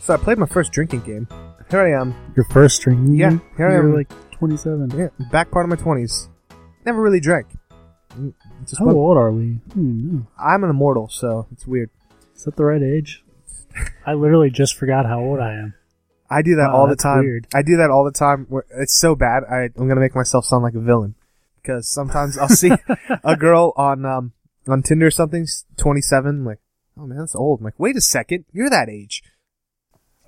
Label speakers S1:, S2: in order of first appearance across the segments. S1: So I played my first drinking game. Here I am.
S2: Your first string.
S1: Yeah, here I
S2: You're
S1: am.
S2: like 27.
S1: Yeah, back part of my twenties. Never really drank. Mm, Just
S2: How
S1: one-
S2: old are we? I don't even know.
S1: I'm an immortal, so it's weird.
S2: Is that the right age? I literally just forgot how old I am.
S1: I do that
S2: Wow,
S1: all the
S2: that's
S1: time.
S2: weird.
S1: I do that all the time. Where- It's so bad. I, I'm gonna make myself sound like a villain because sometimes I'll see a girl on um on Tinder or something, s- 27. like, oh man, that's old. I'm like, wait a second, you're that age.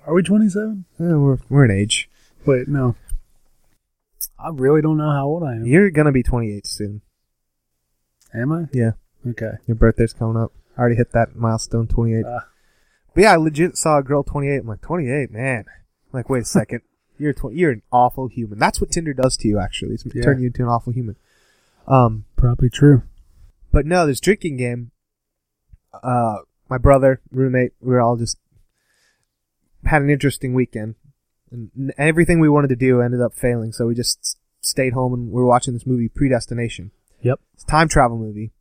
S2: Are we 27?
S1: Eh, we're we're an age.
S2: Wait, no. I really don't know how old I am.
S1: You're gonna be 28 soon.
S2: Am I?
S1: Yeah,
S2: Okay.
S1: your birthday's coming up. I already hit that milestone, 28.
S2: Uh,
S1: But yeah, I legit saw a girl 28. I'm like, 28, man. I'm like, wait a second. You're tw- you're an awful human. That's what Tinder does to you, actually. It's
S2: Yeah.
S1: turn you into an awful human. Um,
S2: probably true.
S1: but no, this drinking game. Uh, my brother, roommate, we were all just had an interesting weekend, and n- everything we wanted to do ended up failing. So we just s- stayed home and we were watching this movie, Predestination.
S2: Yep.
S1: It's a time travel movie.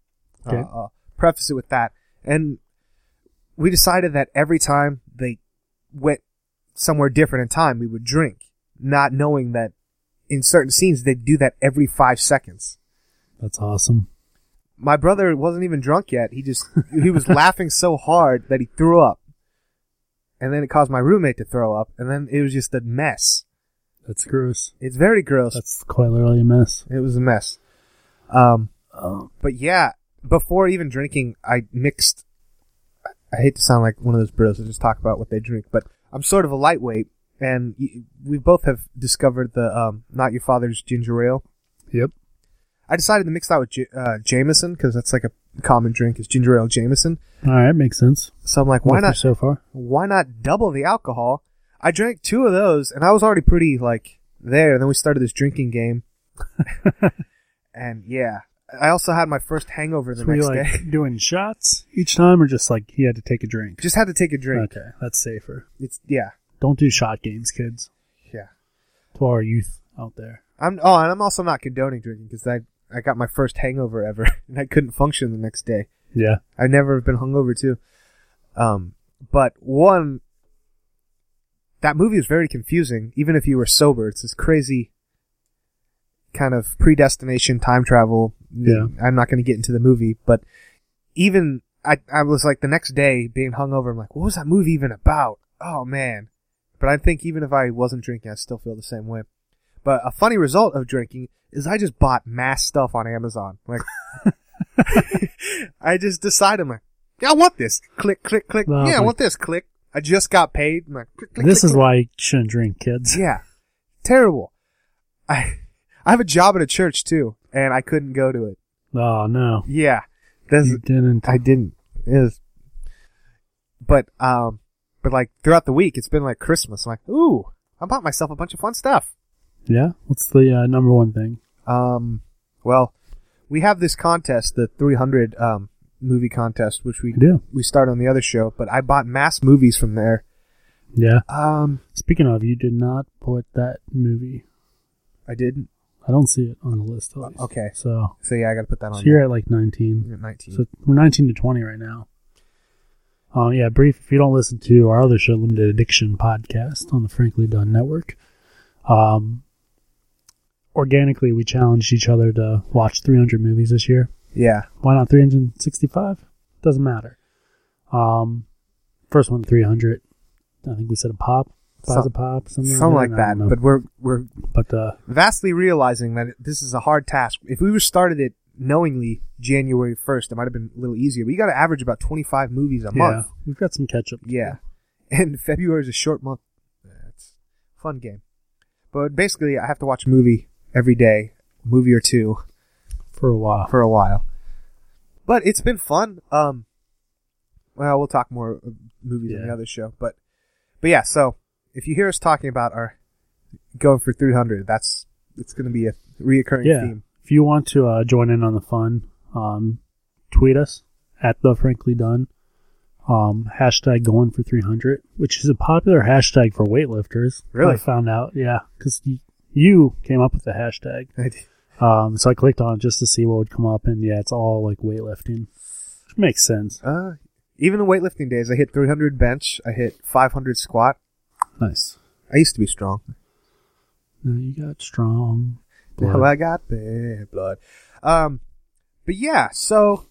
S2: Okay.
S1: Uh, I'll preface it with that. And we decided that every time they went somewhere different in time, we would drink, not knowing that in certain scenes they do that every five seconds.
S2: That's awesome.
S1: My brother wasn't even drunk yet. He just he was laughing so hard that he threw up. And then it caused my roommate to throw up, and then it was just a mess.
S2: That's gross.
S1: It's very gross.
S2: That's quite literally a mess.
S1: it was a mess. Um,
S2: Oh.
S1: But yeah, before even drinking, I mixed. I hate to sound like one of those bros that just talk about what they drink, but I'm sort of a lightweight, and y- we both have discovered the um, not your father's ginger ale.
S2: Yep.
S1: I decided to mix that with J- uh, Jameson because that's like a common drink is ginger ale and Jameson.
S2: All right, makes sense.
S1: So I'm like, why
S2: What for
S1: not?
S2: So far,
S1: Why not double the alcohol? I drank two of those, and I was already pretty like there. And then we started this drinking game, and yeah, I also had my first hangover the
S2: So were you
S1: next
S2: like
S1: day.
S2: doing shots each time, or just like he had to take a drink?
S1: Just had to take a drink.
S2: Okay, that's safer.
S1: It's yeah,
S2: Don't do shot games, kids.
S1: yeah.
S2: To our youth out there,
S1: I'm oh, and I'm also not condoning drinking because I I got my first hangover ever and I couldn't function the next day.
S2: yeah,
S1: I've never been hungover too. Um, but one, that movie is very confusing. Even if you were sober, it's this crazy kind of predestination time travel.
S2: Yeah.
S1: I'm not going to get into the movie, but even I, I was like the next day being hungover. I'm like, what was that movie even about? Oh man. But I think even if I wasn't drinking, I still feel the same way. But a funny result of drinking is I just bought mass stuff on Amazon. Like, I just decided, I'm like, yeah, I want this. Click, click, click.
S2: Oh,
S1: yeah, I
S2: my-
S1: want this. Click. I just got paid. I'm like, click, click,
S2: this
S1: click,
S2: is
S1: click.
S2: why you shouldn't drink, kids.
S1: Yeah. Terrible. I, I have a job at a church too, and I couldn't go to it.
S2: Oh no,
S1: Yeah. This,
S2: you didn't.
S1: I didn't. It was, but um, but like throughout the week, it's been like Christmas. I'm like, ooh, I bought myself a bunch of fun stuff.
S2: yeah. What's the uh, number one thing?
S1: Um, well, we have this contest, the 300 um movie contest, which we
S2: We do.
S1: we start on the other show. But I bought mass movies from there.
S2: Yeah.
S1: Um,
S2: Speaking of, you did not put that movie.
S1: I didn't.
S2: I don't see it on the list. At least.
S1: Okay.
S2: So,
S1: So yeah, I got to put that
S2: so
S1: on.
S2: you're
S1: there.
S2: at like 19.
S1: You're at 19.
S2: So we're 19 to 20 right now. Um, yeah, brief. If you don't listen to our other show, Limited Addiction Podcast on the Frankly Done Network, um, organically we challenged each other to watch 300 movies this year.
S1: yeah,
S2: Why not 365? Doesn't matter. Um, first one 300. I think we said a pop, buys
S1: Some-
S2: a pop, something,
S1: something like
S2: that. I
S1: that.
S2: don't know.
S1: But we're we're
S2: but uh,
S1: vastly realizing that this is a hard task. If we were started it knowingly January 1st, it might have been a little easier. But you got to average about 25 movies a
S2: yeah,
S1: month.
S2: we've got some catch up. to do.
S1: Yeah. And February is a short month. It's a fun game. But basically, I have to watch a movie every day, a movie or two,
S2: for a while.
S1: for a while. But it's been fun. Um, well, we'll talk more uh, movies on
S2: Yeah.
S1: the other show. But, but yeah, so if you hear us talking about our going for 300, that's, it's going to be a reoccurring
S2: yeah.
S1: theme.
S2: If you want to uh, join in on the fun, um, tweet us at the Frankly Done. Um, hashtag going for 300, which is a popular hashtag for weightlifters.
S1: Really?
S2: I found out, yeah, because you came up with the hashtag.
S1: I did.
S2: Um, so I clicked on it just to see what would come up, and yeah, it's all like weightlifting, which makes sense.
S1: Uh, even in weightlifting days, I hit 300 bench, I hit 500 squat,
S2: Nice.
S1: I used to be strong.
S2: Now you got strong. blood.
S1: Now I got bad blood. Um, but yeah, so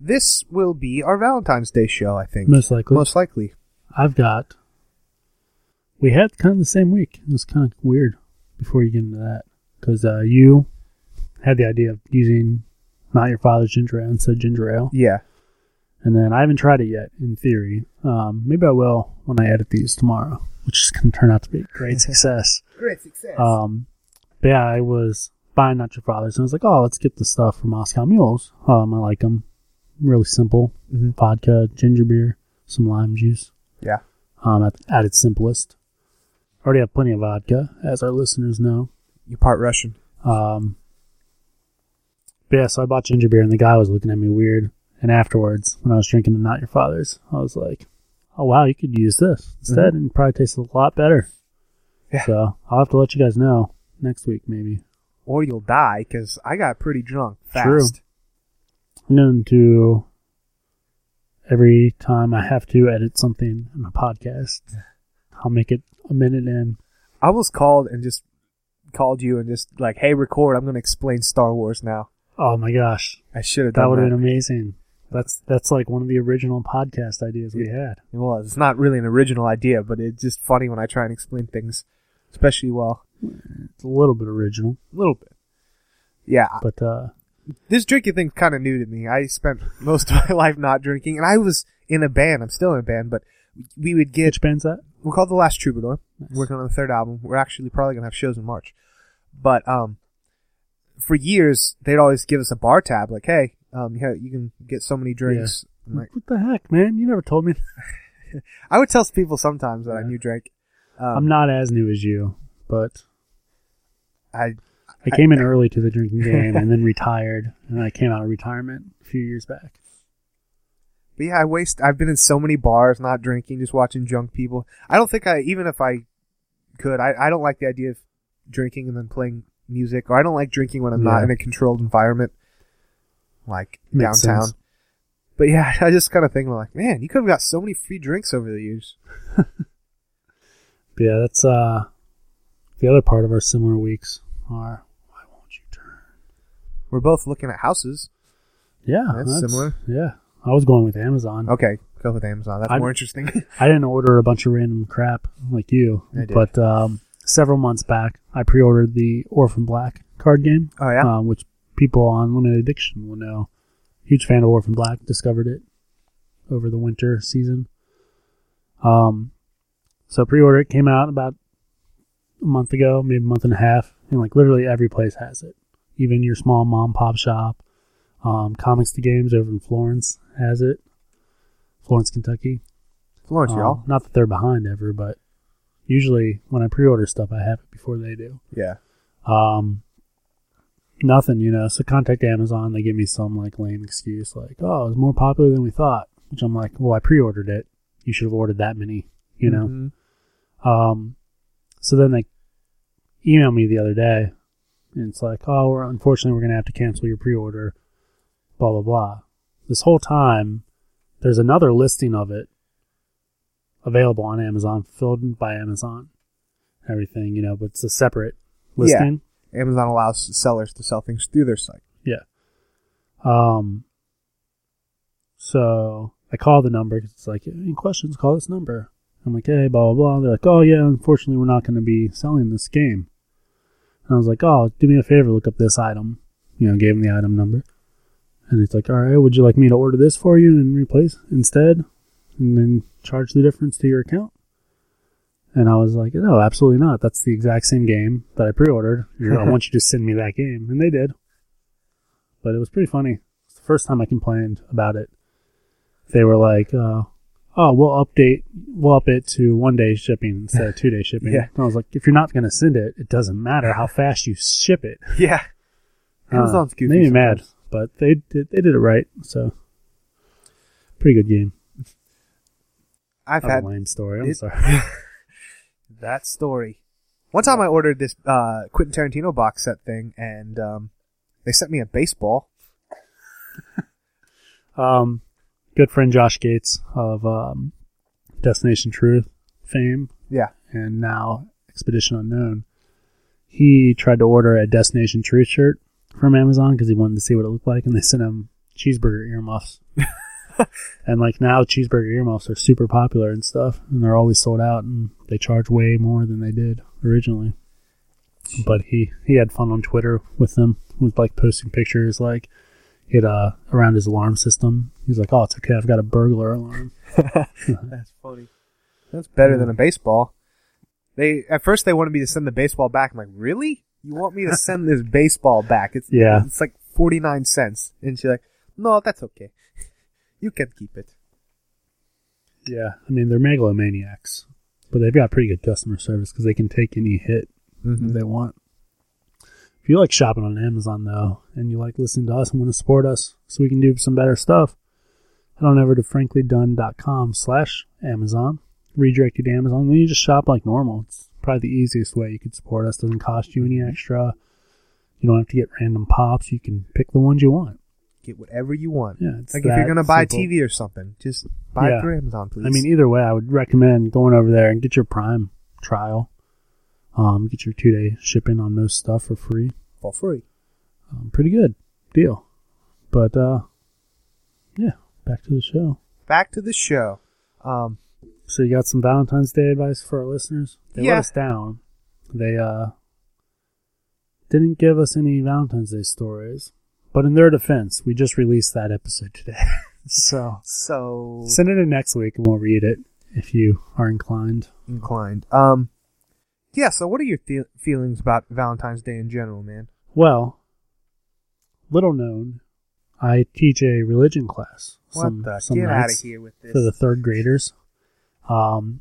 S1: this will be our Valentine's Day show, I think.
S2: Most likely.
S1: Most likely.
S2: I've got. We had kind of the same week. It was kind of weird before you get into that because uh, you had the idea of using not your father's ginger ale instead of ginger ale,
S1: Yeah.
S2: and then I haven't tried it yet. In theory, um, maybe I will when I edit these tomorrow, which is going to turn out to be a great success.
S1: Great success.
S2: Um, but yeah, I was buying not your father's, and I was like, oh, let's get the stuff from Moscow Mules. Um, I like them, really simple
S1: hmm
S2: vodka, ginger beer, some lime juice
S1: Yeah.
S2: um, at, at its simplest. Already have plenty of vodka, as our listeners know.
S1: You part Russian.
S2: Um, but yeah, so I bought ginger beer, and the guy was looking at me weird. And afterwards, when I was drinking the Not Your Father's, I was like, "Oh wow, you could use this instead, and it probably tastes a lot better."
S1: Mm-hmm. Yeah.
S2: So I'll have to let you guys know next week, maybe.
S1: Or you'll die, because I got pretty drunk fast.
S2: True. And then to every time I have to edit something in my podcast, I'll make it a minute in.
S1: I almost called and just called you and just like, hey, record. I'm going to explain Star Wars now.
S2: Oh my gosh,
S1: I should have
S2: That
S1: done
S2: would
S1: that.
S2: have been amazing. That's that's like one of the original podcast ideas we had.
S1: It was. It's not really an original idea, but it's just funny when I try and explain things, especially well,
S2: It's a little bit original,
S1: a little bit. Yeah, I-
S2: but uh,
S1: this drinking thing's kind of new to me. I spent most of my life not drinking, and I was in a band. I'm still in a band, but we would get
S2: which band's that?
S1: we're called the Last Troubadour.
S2: Nice.
S1: Working on the third album. We're actually probably gonna have shows in March, but um, for years they'd always give us a bar tab, like, hey, um, you, ha- you can get so many drinks. I'm like,
S2: what the heck, man? You never told me.
S1: I would tell people sometimes that I
S2: Yeah.
S1: knew drank.
S2: I'm
S1: Um,
S2: not as new as you, but
S1: I
S2: I came in early to the drinking game and then retired, and I came out of retirement a few years back.
S1: But yeah, I waste. I've been in so many bars, not drinking, just watching drunk people. I don't think I, even if I could, I, I don't like the idea of drinking and then playing music, or I don't like drinking when I'm not
S2: Yeah.
S1: in a controlled environment, like
S2: Makes
S1: downtown.
S2: sense.
S1: But yeah, I just kind of think like, man, you could have got so many free drinks over the years.
S2: But yeah, that's uh, the other part of our similar weeks are why won't you turn?
S1: We're both looking at houses.
S2: Yeah,
S1: That's similar. Oh.
S2: Yeah, I was going with Amazon.
S1: Okay, go with Amazon. That's
S2: I'm-
S1: more interesting.
S2: I didn't order a bunch of random crap like you,
S1: I did.
S2: but um, several months back, I pre-ordered the Orphan Black card game,
S1: oh yeah,
S2: um, which people on Limited Addiction will know. Huge fan of Orphan Black. Discovered it over the winter season. Um, so pre-order it came out about a month ago, maybe a month and a half, and like literally every place has it. Even your small mom pop shop, um, Comics to Games over in Florence has it. Florence, Kentucky.
S1: Florence,
S2: Um,
S1: y'all.
S2: Not that they're behind ever, but usually when I pre-order stuff, I have it before they do.
S1: Yeah,
S2: Um, nothing, you know. So contact Amazon. They give me some like lame excuse, like, "Oh, it was more popular than we thought," which I'm like, "Well, I pre-ordered it. You should have ordered that many," you know.
S1: Mhm.
S2: Um, so then they emailed me the other day, and it's like, oh, we're, unfortunately, we're gonna have to cancel your pre-order. Blah blah blah. This whole time, there's another listing of it available on Amazon, filled by Amazon, everything you know, but it's a separate
S1: Yeah.
S2: listing.
S1: Amazon allows sellers to sell things through their site.
S2: Um, so I call the number 'cause it's like, any questions, call this number. I'm like, hey, blah, blah, blah. They're like, oh, yeah, unfortunately, we're not going to be selling this game. And I was like, oh, do me a favor, look up this item. You know, gave him the item number. And it's like, all right, would you like me to order this for you and replace instead? And then charge the difference to your account? And I was like, no, absolutely not. That's the exact same game that I pre ordered. I want you to send me that game. And they did but it was pretty funny. It's the first time I complained about it. They were like, uh, "Oh, we'll update, we'll up it to one day shipping instead of two day shipping."
S1: Yeah.
S2: And I was like, "If you're not going to send it, it doesn't matter how fast you ship it."
S1: Yeah,
S2: Uh,
S1: Amazon's goofy.
S2: Made me
S1: sometimes.
S2: mad, but they did, they did it right. So, pretty good game.
S1: I've
S2: That was
S1: had
S2: a lame story. I'm
S1: it-
S2: sorry.
S1: that story. One time I ordered this uh, Quentin Tarantino box set thing, and um, they sent me a baseball.
S2: Um, good friend Josh Gates of um, Destination Truth fame
S1: Yeah,
S2: and now Expedition Unknown, he tried to order a Destination Truth shirt from Amazon because he wanted to see what it looked like, and they sent him cheeseburger earmuffs. and like now, cheeseburger earmuffs are super popular and stuff, and they're always sold out, and they charge way more than they did originally. But he he had fun on Twitter with them, with like posting pictures like it uh around his alarm system. He's like, "Oh, it's okay, I've got a burglar alarm."
S1: That's funny. That's better
S2: Mm.
S1: than a baseball. They at first they wanted me to send the baseball back. I'm like, really? You want me to send this baseball back? It's
S2: Yeah.
S1: It's like forty nine cents, and she's like, no, that's okay. You can keep it.
S2: Yeah, I mean they're megalomaniacs, but they've got pretty good customer service because they can take any hit they want. If you like shopping on Amazon though, and you like listening to us and want to support us so we can do some better stuff, head on over to franklydone.com slash Amazon. Redirect you to Amazon. Then you just shop like normal. It's probably the easiest way you could support us. Doesn't cost you any extra. You don't have to get random pops. You can pick the ones you want.
S1: Get whatever you want.
S2: Yeah, it's
S1: like if you're
S2: that
S1: gonna buy
S2: simple.
S1: TV or something, just buy
S2: Yeah.
S1: it through Amazon, please.
S2: I mean, either way, I would recommend going over there and get your Prime trial. Um, get your two day shipping on most stuff for free.
S1: for free.
S2: Um, pretty good deal. But uh, yeah, back to the show.
S1: Back to the show. Um,
S2: So you got some Valentine's Day advice for our listeners? They
S1: Yeah.
S2: let us down. They uh didn't give us any Valentine's Day stories. But in their defense, we just released that episode today. so
S1: so
S2: send it in next week and we'll read it if you are inclined.
S1: inclined. Um, yeah. So, what are your feel- feelings about Valentine's Day in general, man?
S2: Well, little known, I teach a religion class.
S1: What
S2: some,
S1: the?
S2: some
S1: Get out
S2: nights
S1: of here with this.
S2: for the third graders. Um,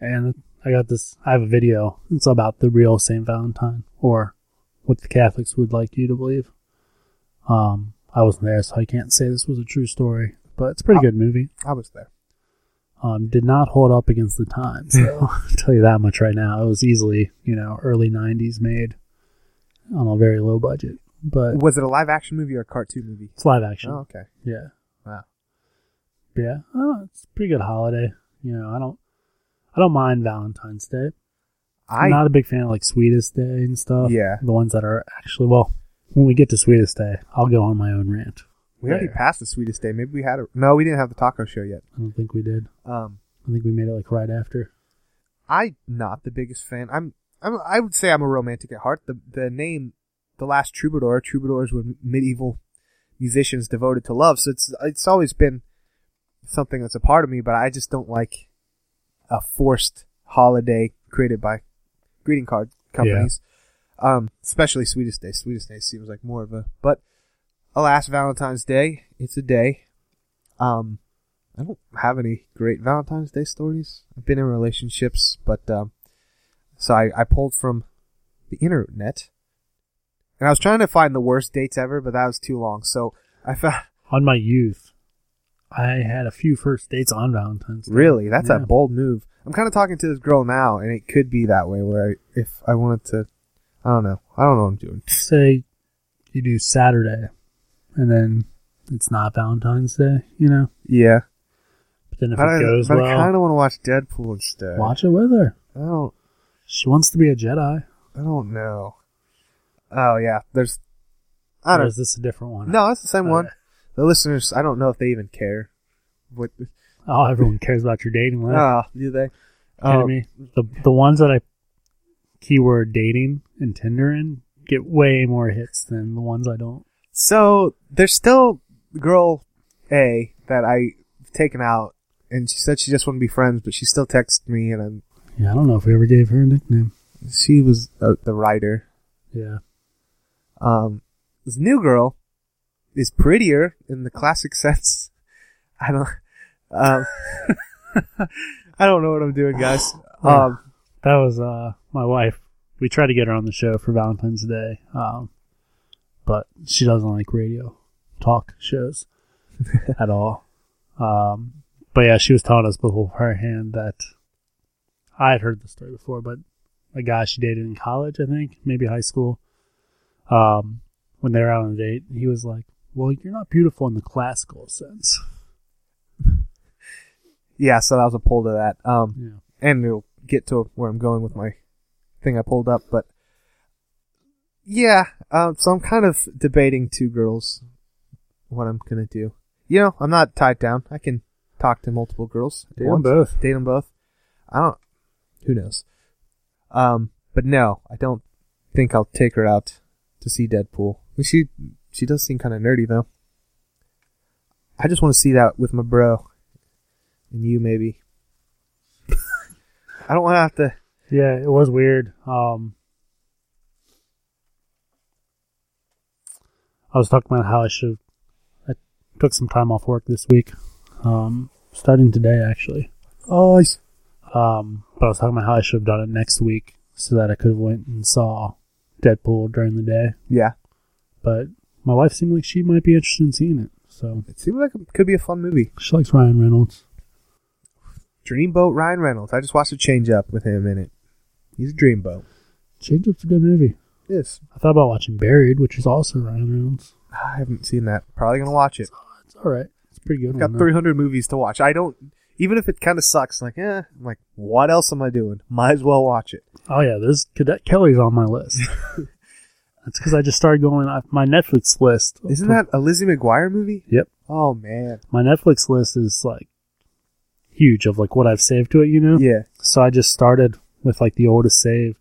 S2: and I got this. I have a video. It's about the real Saint Valentine, or what the Catholics would like you to believe. Um, I wasn't there, so I can't say this was a true story, but it's a pretty
S1: Uh,
S2: good movie.
S1: I was there.
S2: Um, did not hold up against the times. So I'll tell you that much right now. It was easily, you know, early '90s made on a very low budget, but
S1: Was it a live action movie or a cartoon movie?
S2: it's live action.
S1: Oh, okay.
S2: Yeah.
S1: Wow.
S2: Yeah. Oh, it's a pretty good holiday. You know, I don't I don't mind Valentine's Day.
S1: I
S2: I'm not a big fan of like Sweetest Day and stuff.
S1: Yeah.
S2: The ones that are actually well, when we get to Sweetest Day, I'll go on my own rant.
S1: we already
S2: there.
S1: passed the sweetest day. Maybe we had a no. We didn't have the taco show yet.
S2: I don't think we did.
S1: Um,
S2: I think we made it like right after.
S1: I not the biggest fan. I'm. I'm I would say I'm a romantic at heart. The the name, the last troubadour. Troubadours were medieval musicians devoted to love. So it's it's always been something that's a part of me. But I just don't like a forced holiday created by greeting card companies. Um, especially Sweetest Day. Sweetest Day seems like more of a but. Alas, Valentine's Day. It's a day. Um, I don't have any great Valentine's Day stories. I've been in relationships, but um, so I, I pulled from the internet, and I was trying to find the worst dates ever, but that was too long. So I found
S2: On my youth, I had a few first dates on Valentine's Day.
S1: really that's a
S2: Yeah.
S1: bold move. I'm kind of talking to this girl now, and it could be that way where I, if I wanted to, I don't know, I don't know what I'm doing.
S2: say you do Saturday and then it's not Valentine's Day, you know?
S1: Yeah,
S2: But then if
S1: but,
S2: it goes
S1: I, but
S2: well,
S1: I kind of want to watch Deadpool instead.
S2: watch it with her.
S1: I don't.
S2: She wants to be a Jedi.
S1: I don't know. Oh yeah, there's. I
S2: or
S1: don't.
S2: is this a different one? Uh,
S1: No, it's the same
S2: Okay.
S1: one. The listeners, I don't know if they even care. What?
S2: Oh, everyone cares about your dating life.
S1: Ah, do they?
S2: You know what I
S1: Um,
S2: mean? The the ones that I keyword dating and Tinder in get way more hits than the ones I don't.
S1: so there's still girl A that I taken out, and she said she just wanted to be friends, but she still texted me, and I'm,
S2: Yeah, I don't know if we ever gave her a nickname.
S1: she was uh, the writer.
S2: Yeah.
S1: Um, this new girl is prettier in the classic sense. I don't. Um, I don't know what I'm doing, guys. Um,
S2: That was uh my wife. We tried to get her on the show for Valentine's Day. Um but she doesn't like radio talk shows at all. Um but yeah, she was telling us beforehand that I had heard the story before, but a guy she dated in college, I think, maybe high school. Um when they were out on a date, he was like, Well, you're not beautiful in the classical sense.
S1: yeah, so that was a poll to that. Um,
S2: Yeah.
S1: and it'll get to where I'm going with my thing I pulled up, but yeah. Um, so I'm kind of debating two girls, what I'm gonna do. You know, I'm not tied down. I can talk to multiple girls. at
S2: Date 'em
S1: once.
S2: both.
S1: Date them both. I don't. Who knows? Um, but no, I don't think I'll take her out to see Deadpool. I mean, She she does seem kind of nerdy though. I just want to see that with my bro, and you maybe. I don't want to have to.
S2: Yeah, it was weird. Um, I was talking about how I should. I took some time off work this week, um, starting today actually.
S1: Oh,
S2: Um, but I was talking about how I should have done it next week so that I could have went and saw Deadpool during the day.
S1: yeah.
S2: But my wife seemed like she might be interested in seeing it. So
S1: It seemed like it could be a fun movie.
S2: she likes Ryan Reynolds.
S1: Dreamboat Ryan Reynolds. I just watched a change up with him in it. He's a dreamboat.
S2: Change up for good movie.
S1: Yes.
S2: I thought about watching Buried, which is also Ryan Reynolds.
S1: I haven't seen that. Probably gonna watch it.
S2: It's all right. It's a pretty good. uh,
S1: I've got
S2: one, though.
S1: 300 movies to watch. I don't. Even if it kind of sucks, like, eh, I'm like, what else am I doing? Might as well watch it.
S2: Oh yeah, this Cadet Kelly's on my list. That's because I just started going I- my Netflix list.
S1: Isn't that a Lizzie McGuire movie?
S2: Yep,
S1: Oh man.
S2: my Netflix list is like huge of like what I've saved to it. You know.
S1: Yeah.
S2: So I just started with like the oldest save.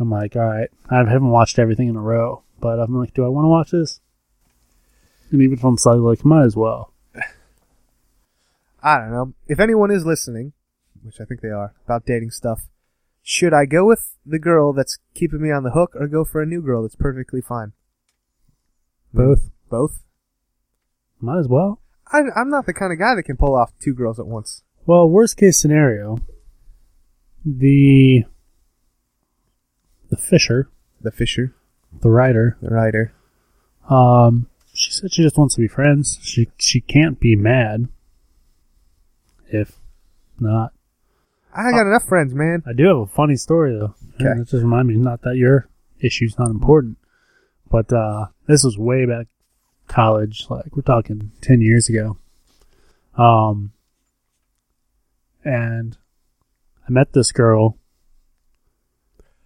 S2: I'm like, all right, I haven't watched everything in a row, but I'm like, do I want to watch this? And even if I'm slightly like, might as well.
S1: I don't know. If anyone is listening, which I think they are, about dating stuff, should I go with the girl that's keeping me on the hook, or go for a new girl that's perfectly fine?
S2: Both.
S1: Both.
S2: Might as well.
S1: I, I'm not the kind of guy that can pull off two girls at once.
S2: Well, worst case scenario, the the Fisher,
S1: The Fisher,
S2: the writer,
S1: the writer.
S2: Um, she said she just wants to be friends. She she can't be mad. If not,
S1: I got enough friends, man.
S2: I do have a funny story though.
S1: Okay.
S2: And it just remind me, not that your issue's not important, but uh, this was way back college. Like we're talking ten years ago. Um, and I met this girl,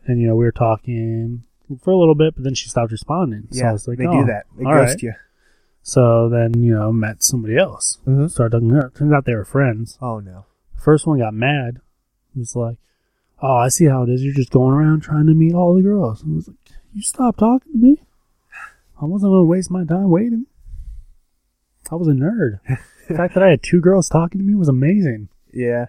S2: and you know we were talking for a little bit, but then she stopped responding. So I
S1: yeah,
S2: was like,
S1: they
S2: oh,
S1: do that. They
S2: all right.
S1: ghost you.
S2: So then, you know, met somebody else.
S1: Mhm.
S2: Started talking to her. Turns out they were friends.
S1: Oh no.
S2: First one got mad. Was like, "Oh, I see how it is. You're just going around trying to meet all the girls." And I was like, "You stop talking to me. I wasn't gonna waste my time waiting. I was a nerd. the fact that I had two girls talking to me was amazing.
S1: Yeah.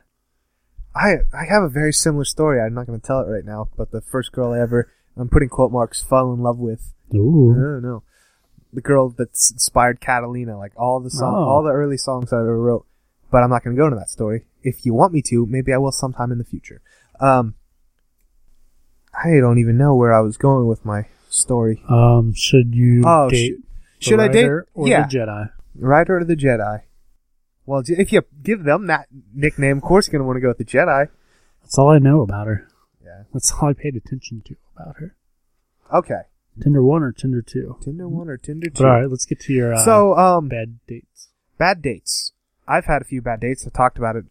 S1: I I have a very similar story. I'm not going to tell it right now, but the first girl I ever, I'm putting quote marks, fell in love with.
S2: Ooh,
S1: No, no. The girl that's inspired Catalina, like all the song,
S2: Oh.
S1: all the early songs I ever wrote. But I'm not going to go into that story. If you want me to, maybe I will sometime in the future. Um, I don't even know where I was going with my story.
S2: um, should you
S1: Oh,
S2: date?
S1: sh- should I date?
S2: Rider Or
S1: yeah,
S2: the Jedi.
S1: Rider or the Jedi? Well, j- if you give them that nickname, of course you're going to want to go with the Jedi.
S2: That's all I know about her.
S1: Yeah.
S2: That's all I paid attention to about her.
S1: Okay.
S2: Tinder one or Tinder two.
S1: Tinder one or Tinder
S2: But
S1: two.
S2: all right, let's get to your uh,
S1: So, um,
S2: bad dates.
S1: bad dates. I've had a few bad dates. I talked about it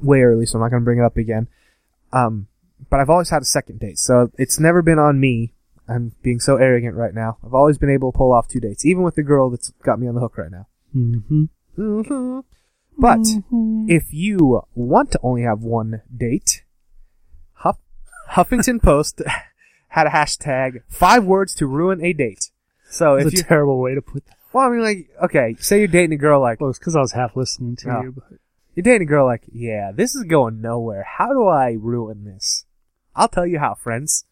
S1: way early, so I'm not going to bring it up again. Um, but I've always had a second date, so it's never been on me. I'm being so arrogant right now. I've always been able to pull off two dates, even with the girl that's got me on the hook right now.
S2: Mm-hmm.
S1: hmm But if you want to only have one date, Huff- Huffington Post had a hashtag five words to ruin a date. So if
S2: it's a
S1: you,
S2: terrible way to put that.
S1: well, I mean, like, okay, say you're dating a girl like
S2: Well, it's because I was half listening to
S1: Yeah.
S2: you. But
S1: You're dating a girl like, yeah, this is going nowhere. How do I ruin this? I'll tell you how, friends.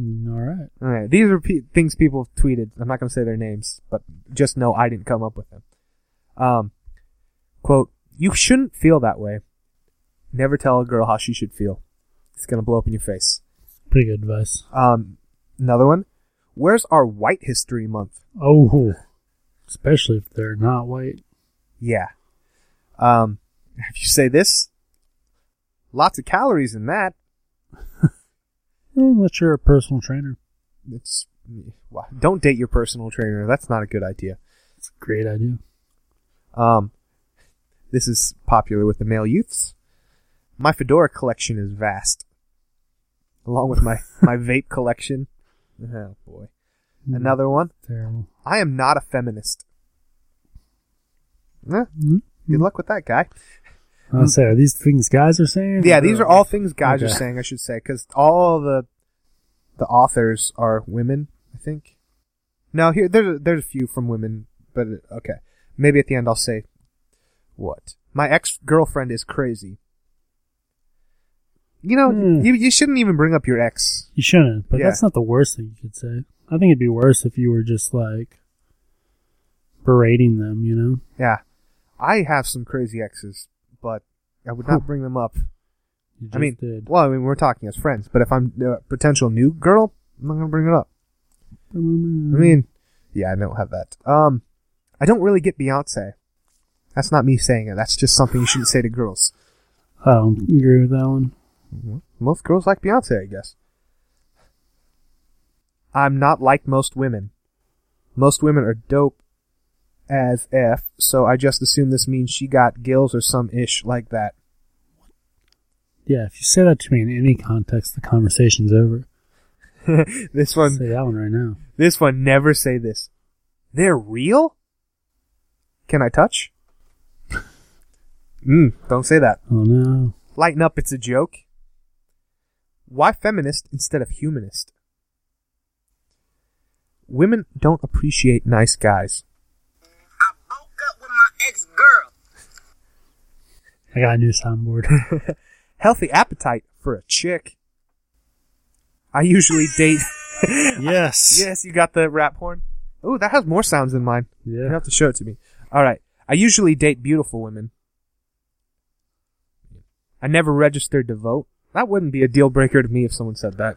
S2: Mm, all right,
S1: All right, these are pe- things people have tweeted. I'm not going to say their names, but just know I didn't come up with them. Um, quote, you shouldn't feel that way. Never tell a girl how she should feel. It's going to blow up in your face.
S2: pretty good advice.
S1: Um, another one. Where's our White History Month?
S2: Oh, especially if they're not white.
S1: Yeah. Um, if you say this, lots of calories in that.
S2: Unless you're a personal trainer,
S1: it's wow. don't date your personal trainer. That's not a good idea.
S2: it's a great idea.
S1: Um, this is popular with the male youths. My fedora collection is vast. along with my my vape collection. Oh boy, another one.
S2: Mm-hmm. Terrible.
S1: I am not a feminist. Eh,
S2: Mhm.
S1: good luck with that, guy.
S2: I'll say, are these things guys are saying?
S1: Yeah, these are all things guys are
S2: Mm-hmm. Okay.
S1: saying. I should say because all the the authors are women. I think. No, here there's a, there's a few from women, but uh, okay, maybe at the end I'll say what my ex girlfriend is crazy. You know,
S2: Hmm.
S1: you you shouldn't even bring up your ex.
S2: You shouldn't, but
S1: Yeah.
S2: that's not the worst thing you could say. I think it'd be worse if you were just like berating them, you know?
S1: Yeah, I have some crazy exes, but I would not
S2: Whew.
S1: bring them up.
S2: You just
S1: I mean,
S2: did.
S1: well, I mean, we're talking as friends, but if I'm a potential new girl, I'm not gonna bring it up.
S2: I
S1: I mean, yeah, I don't have that. Um, I don't really get Beyonce. That's not me saying it. That's just something you shouldn't say to girls.
S2: I don't agree with that one.
S1: Most girls like Beyonce, I guess. I'm not like most women. Most women are dope as F, so I just assume this means she got gills or some ish like that.
S2: Yeah, if you say that to me in any context, the conversation's over.
S1: this one,
S2: Say that one right now.
S1: this one, never say this. They're real? Can I touch? Mm, don't say that.
S2: Oh no.
S1: Lighten up, it's a joke. Why feminist instead of humanist? Women don't appreciate nice guys.
S3: I broke up with my ex girl.
S2: I got a new soundboard.
S1: Healthy appetite for a chick. I usually date.
S2: yes.
S1: yes, you got the rap horn. Ooh, that has more sounds than mine. You
S2: Yeah.
S1: have to show it to me. All right. I usually date beautiful women. I never registered to vote. That wouldn't be a deal breaker to me if someone said that.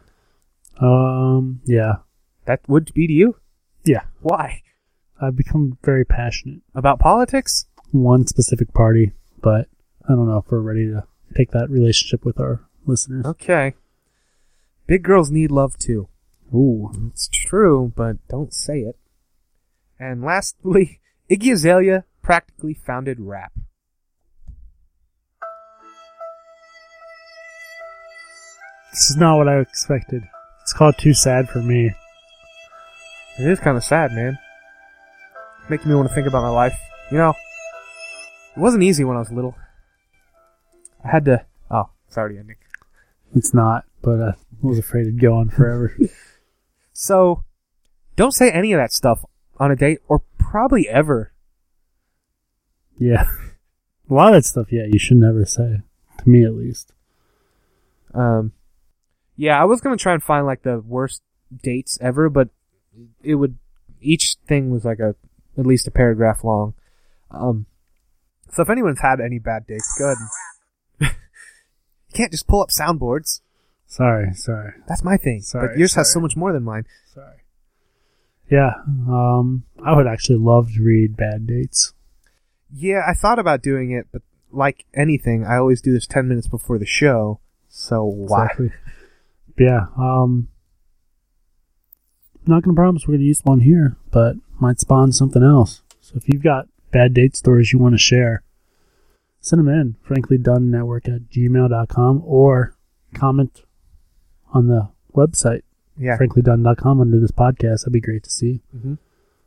S2: Um. Yeah.
S1: That would be to you.
S2: Yeah.
S1: Why?
S2: I've become very passionate.
S1: About politics?
S2: One specific party, but I don't know if we're ready to take that relationship with our listeners.
S1: Okay. Big girls need love too.
S2: Ooh.
S1: It's true, but don't say it. And lastly, Iggy Azalea practically founded rap.
S2: This is not what I expected. It's called Too Sad for Me.
S1: It is kind of sad, man. Making me want to think about my life. You know, it wasn't easy when I was little. I had to. Oh, it's already ending.
S2: It's not, but I was afraid it'd go on forever.
S1: So, don't say any of that stuff on a date or probably ever.
S2: yeah. A lot of that stuff, yeah, you should never say. To me, at least.
S1: Um, yeah, I was gonna try and find like the worst dates ever, but it would each thing was like a at least a paragraph long. Um, so if anyone's had any bad dates, go ahead. And you can't just pull up soundboards.
S2: Sorry, sorry,
S1: That's my thing. but
S2: Sorry,
S1: yours has so
S2: sorry.
S1: much more than mine.
S2: sorry. Yeah, um, I would actually love to read bad dates.
S1: Yeah, I thought about doing it, but like anything, I always do this ten minutes before the show. So why?
S2: Exactly. Yeah, um, not gonna promise we're gonna use one here, but might spawn something else. So if you've got bad date stories you want to share, send them in. Frankly, done network at gmail.com or comment on the website,
S1: Yeah.
S2: franklydunn.com under this podcast. That'd be great to see.
S1: hmm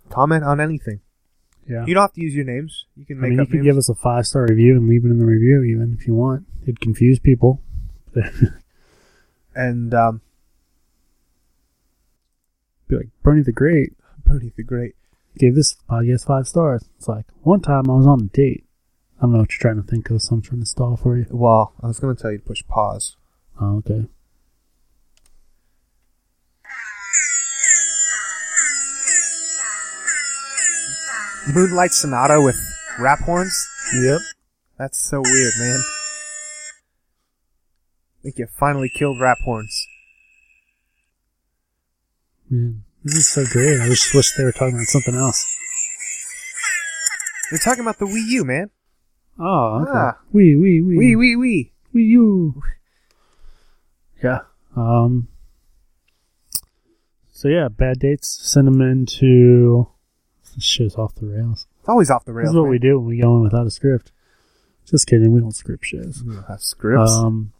S1: Comment on anything.
S2: Yeah.
S1: You don't have to use your names. You can
S2: I
S1: make
S2: mean, you
S1: up
S2: could
S1: names.
S2: give us a five star review and leave it in the review, even if you want. It'd confuse people.
S1: and um,
S2: Be like Bernie the Great
S1: Bernie the Great.
S2: gave this podcast five stars. It's like one time I was on a date. I don't know what you're trying to think of, so I'm trying to stall for you.
S1: Well, I was going to tell you to push pause.
S2: Oh, okay.
S1: Moonlight Sonata with rap horns?
S2: Yep.
S1: That's so weird, man. I think you finally killed rap horns.
S2: Man, this is so great. I just wish they were talking about something else.
S1: They're talking about the Wii U, man.
S2: Oh, okay.
S1: Ah.
S2: Wee wee wee
S1: Wii, Wii, Wii.
S2: wee you. Yeah. Um. So yeah, bad dates. Send them in to. This shit's off the rails.
S1: It's always off the rails.
S2: this is what
S1: man.
S2: we do when we go in without a script. Just kidding. We don't script shows.
S1: We don't have scripts.
S2: Um,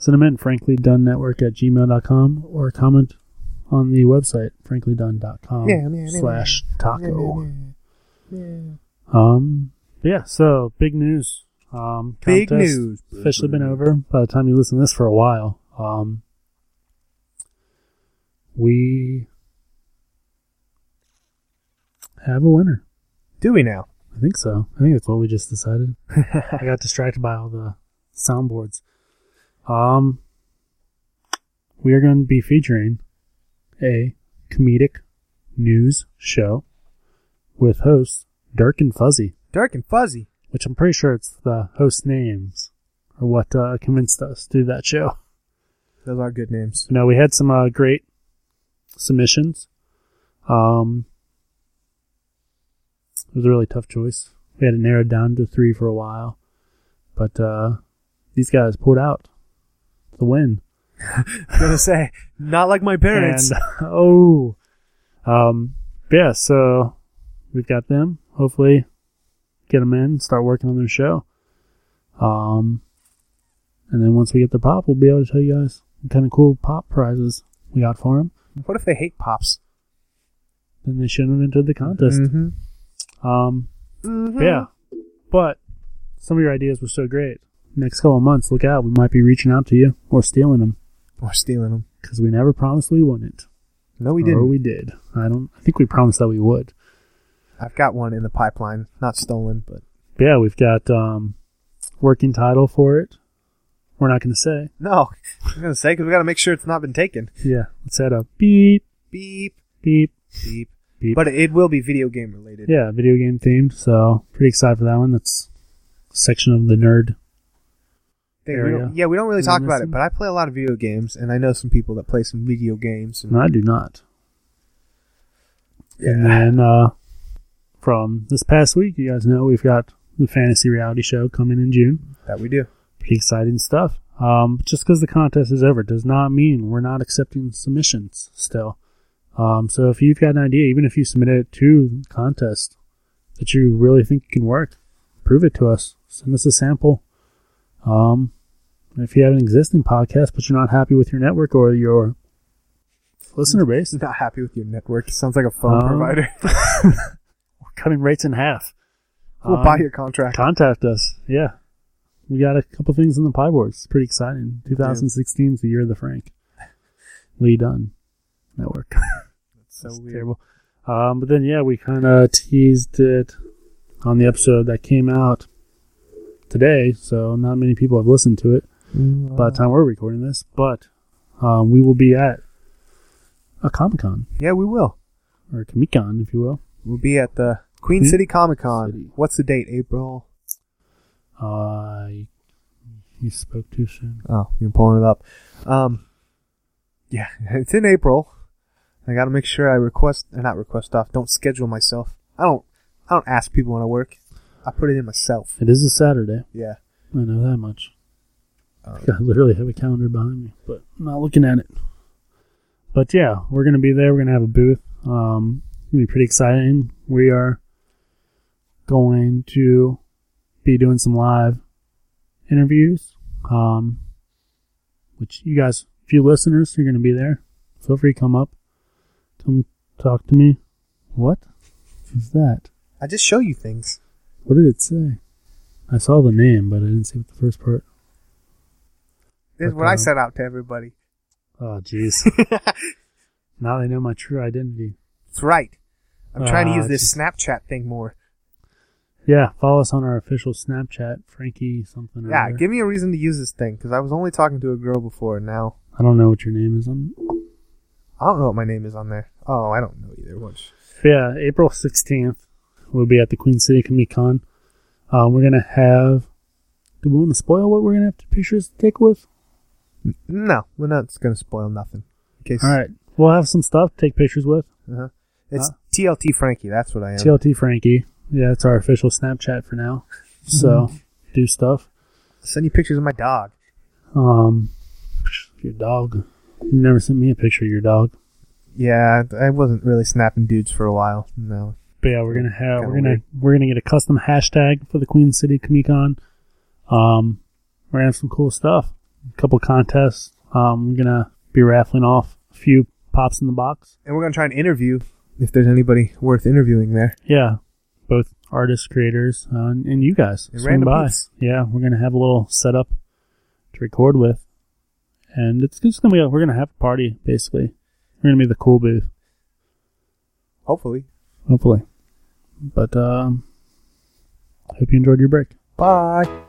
S2: Sentiment, frankly done network Um, at gmail.com or comment on the website, franklydone.com
S1: Yeah, yeah, yeah,
S2: slash taco.
S1: Yeah, yeah, yeah.
S2: Um, but yeah, so big news. Um,
S1: Big
S2: contest
S1: news.
S2: Officially been over by the time you listen to this for a while. Um, we have a winner.
S1: Do we now?
S2: I think so. I think that's what we just decided. I got distracted by all the soundboards. Um, we are going to be featuring a comedic news show with hosts Dirk and Fuzzy,
S1: Dark and fuzzy.
S2: which I'm pretty sure it's the host names or what uh, convinced us to do that show.
S1: Those are good names.
S2: No, we had some uh, great submissions. Um, it was a really tough choice. We had it narrowed down to three for a while, but uh, these guys pulled out the win.
S1: gonna say, not like my parents.
S2: And oh, um, yeah. So we've got them. Hopefully, get them in, start working on their show. Um, and then once we get their pop, we'll be able to tell you guys what kind of cool pop prizes we got for them.
S1: what if they hate pops?
S2: Then they shouldn't have entered the contest.
S1: Mhm.
S2: Um,
S1: Mhm.
S2: yeah, but some of your ideas were so great. Next couple of months, look out. We might be reaching out to you or stealing them
S1: We're stealing them.
S2: because we never promised we wouldn't.
S1: No, we
S2: Or
S1: didn't.
S2: we did. I don't. I think we promised that we would.
S1: I've got one in the pipeline. Not stolen, but
S2: But yeah, we've got um, working title for it. We're not going to say.
S1: no. I'm gonna say because we gotta make sure it's not been taken.
S2: Yeah, let's add a beep,
S1: Beep,
S2: beep,
S1: beep.
S2: beep.
S1: But it will be video game related.
S2: yeah, video game themed. So pretty excited for that one. That's a section of the nerd.
S1: They-
S2: There
S1: we
S2: we
S1: don't-
S2: go.
S1: yeah, we don't really
S2: Am I
S1: talk about it,
S2: missing?
S1: but I play a lot of video games, and I know some people that play some video games. And,
S2: No, I do not. And
S1: Yeah.
S2: then uh, from this past week, you guys know we've got the fantasy reality show coming in June.
S1: That we do.
S2: Pretty exciting stuff. Um, just because the contest is over does not mean we're not accepting submissions still. Um, so if you've got an idea, even if you submitted it to the contest that you really think can work, prove it to us. Send us a sample. Um, and if you have an existing podcast but you're not happy with your network or your listener base,
S1: Not happy with your network. Sounds like a phone
S2: Um,
S1: provider.
S2: cutting rates in half.
S1: we'll
S2: Um,
S1: buy your contract.
S2: Contact us. Yeah. We got a couple things in the pie board. It's pretty exciting. 2016 is the year of the Frank. Lee Dunn Network.
S1: That's so
S2: It's
S1: weird.
S2: terrible. Um, but then, yeah, we kind of teased it on the episode that came out today. So not many people have listened to it by
S1: Oh.
S2: the time we're recording this. But um, we will be at a Comic Con
S1: yeah, we will.
S2: or a Comic Con, if you will.
S1: We'll be at the Queen
S2: Queen
S1: City Comic Con.
S2: City.
S1: What's the date? April.
S2: Uh, you- you spoke too soon.
S1: Oh, you're pulling it up. Um, yeah, it's in April. I got to make sure I request, or not request off. Don't schedule myself. I don't. I don't ask people when I work. I put it in myself.
S2: It is a Saturday.
S1: Yeah.
S2: I know that much.
S1: Um,
S2: I literally have a calendar behind me, but I'm not looking at it. But yeah, we're gonna be there. We're gonna have a booth. Um, it's gonna be pretty exciting. We are going to be doing some live interviews. Um, which you guys, if you listeners, you're gonna be there. Feel free to come up, come talk to me. What is that?
S1: I just show you things.
S2: What did it say? I saw the name, but I didn't see what the first part.
S1: This is
S2: But,
S1: what I
S2: um,
S1: set out to everybody.
S2: Oh, jeez. now they know my true identity.
S1: That's right. I'm trying to
S2: Ah,
S1: use this
S2: just-
S1: Snapchat thing more.
S2: Yeah, follow us on our official Snapchat, Frankie something. Or
S1: Yeah,
S2: other.
S1: give me a reason to use this thing because I was only talking to a girl before, and now
S2: I don't know what your name is on.
S1: I don't know what my name is on there. Oh, I don't know either. Which
S2: Yeah, April 16th, we'll be at the Queen City Comic Con. Um, we're going to have. Do we want to spoil what we're going to have to pictures to take with?
S1: no, we're not going to spoil nothing. In case,
S2: All right. We'll have some stuff to take pictures with.
S1: Uh-huh. It's
S2: Huh?
S1: TLT Frankie. That's what I am.
S2: TLT Frankie. Yeah, it's our official Snapchat for now. So do stuff.
S1: send you pictures of my dog.
S2: Um, your dog. You never sent me a picture of your dog.
S1: Yeah, I wasn't really snapping dudes for a while. No.
S2: But yeah, we're gonna
S1: Kinda
S2: have we're gonna
S1: weird.
S2: we're gonna get a custom hashtag for the Queen City Comic Con. Um, we're gonna have some cool stuff. a couple contests. Um, I'm gonna be raffling off a few pops in the box.
S1: And we're going to try and interview if there's anybody worth interviewing there.
S2: Yeah, both artists, creators, uh, and, and you guys
S1: And
S2: swing
S1: random
S2: by.
S1: peeps.
S2: Yeah, we're gonna have a little setup to record with, and it's just gonna be a, we're gonna have a party basically. We're gonna be the cool booth,
S1: Hopefully.
S2: hopefully. But um, hope you enjoyed your break.
S1: Bye.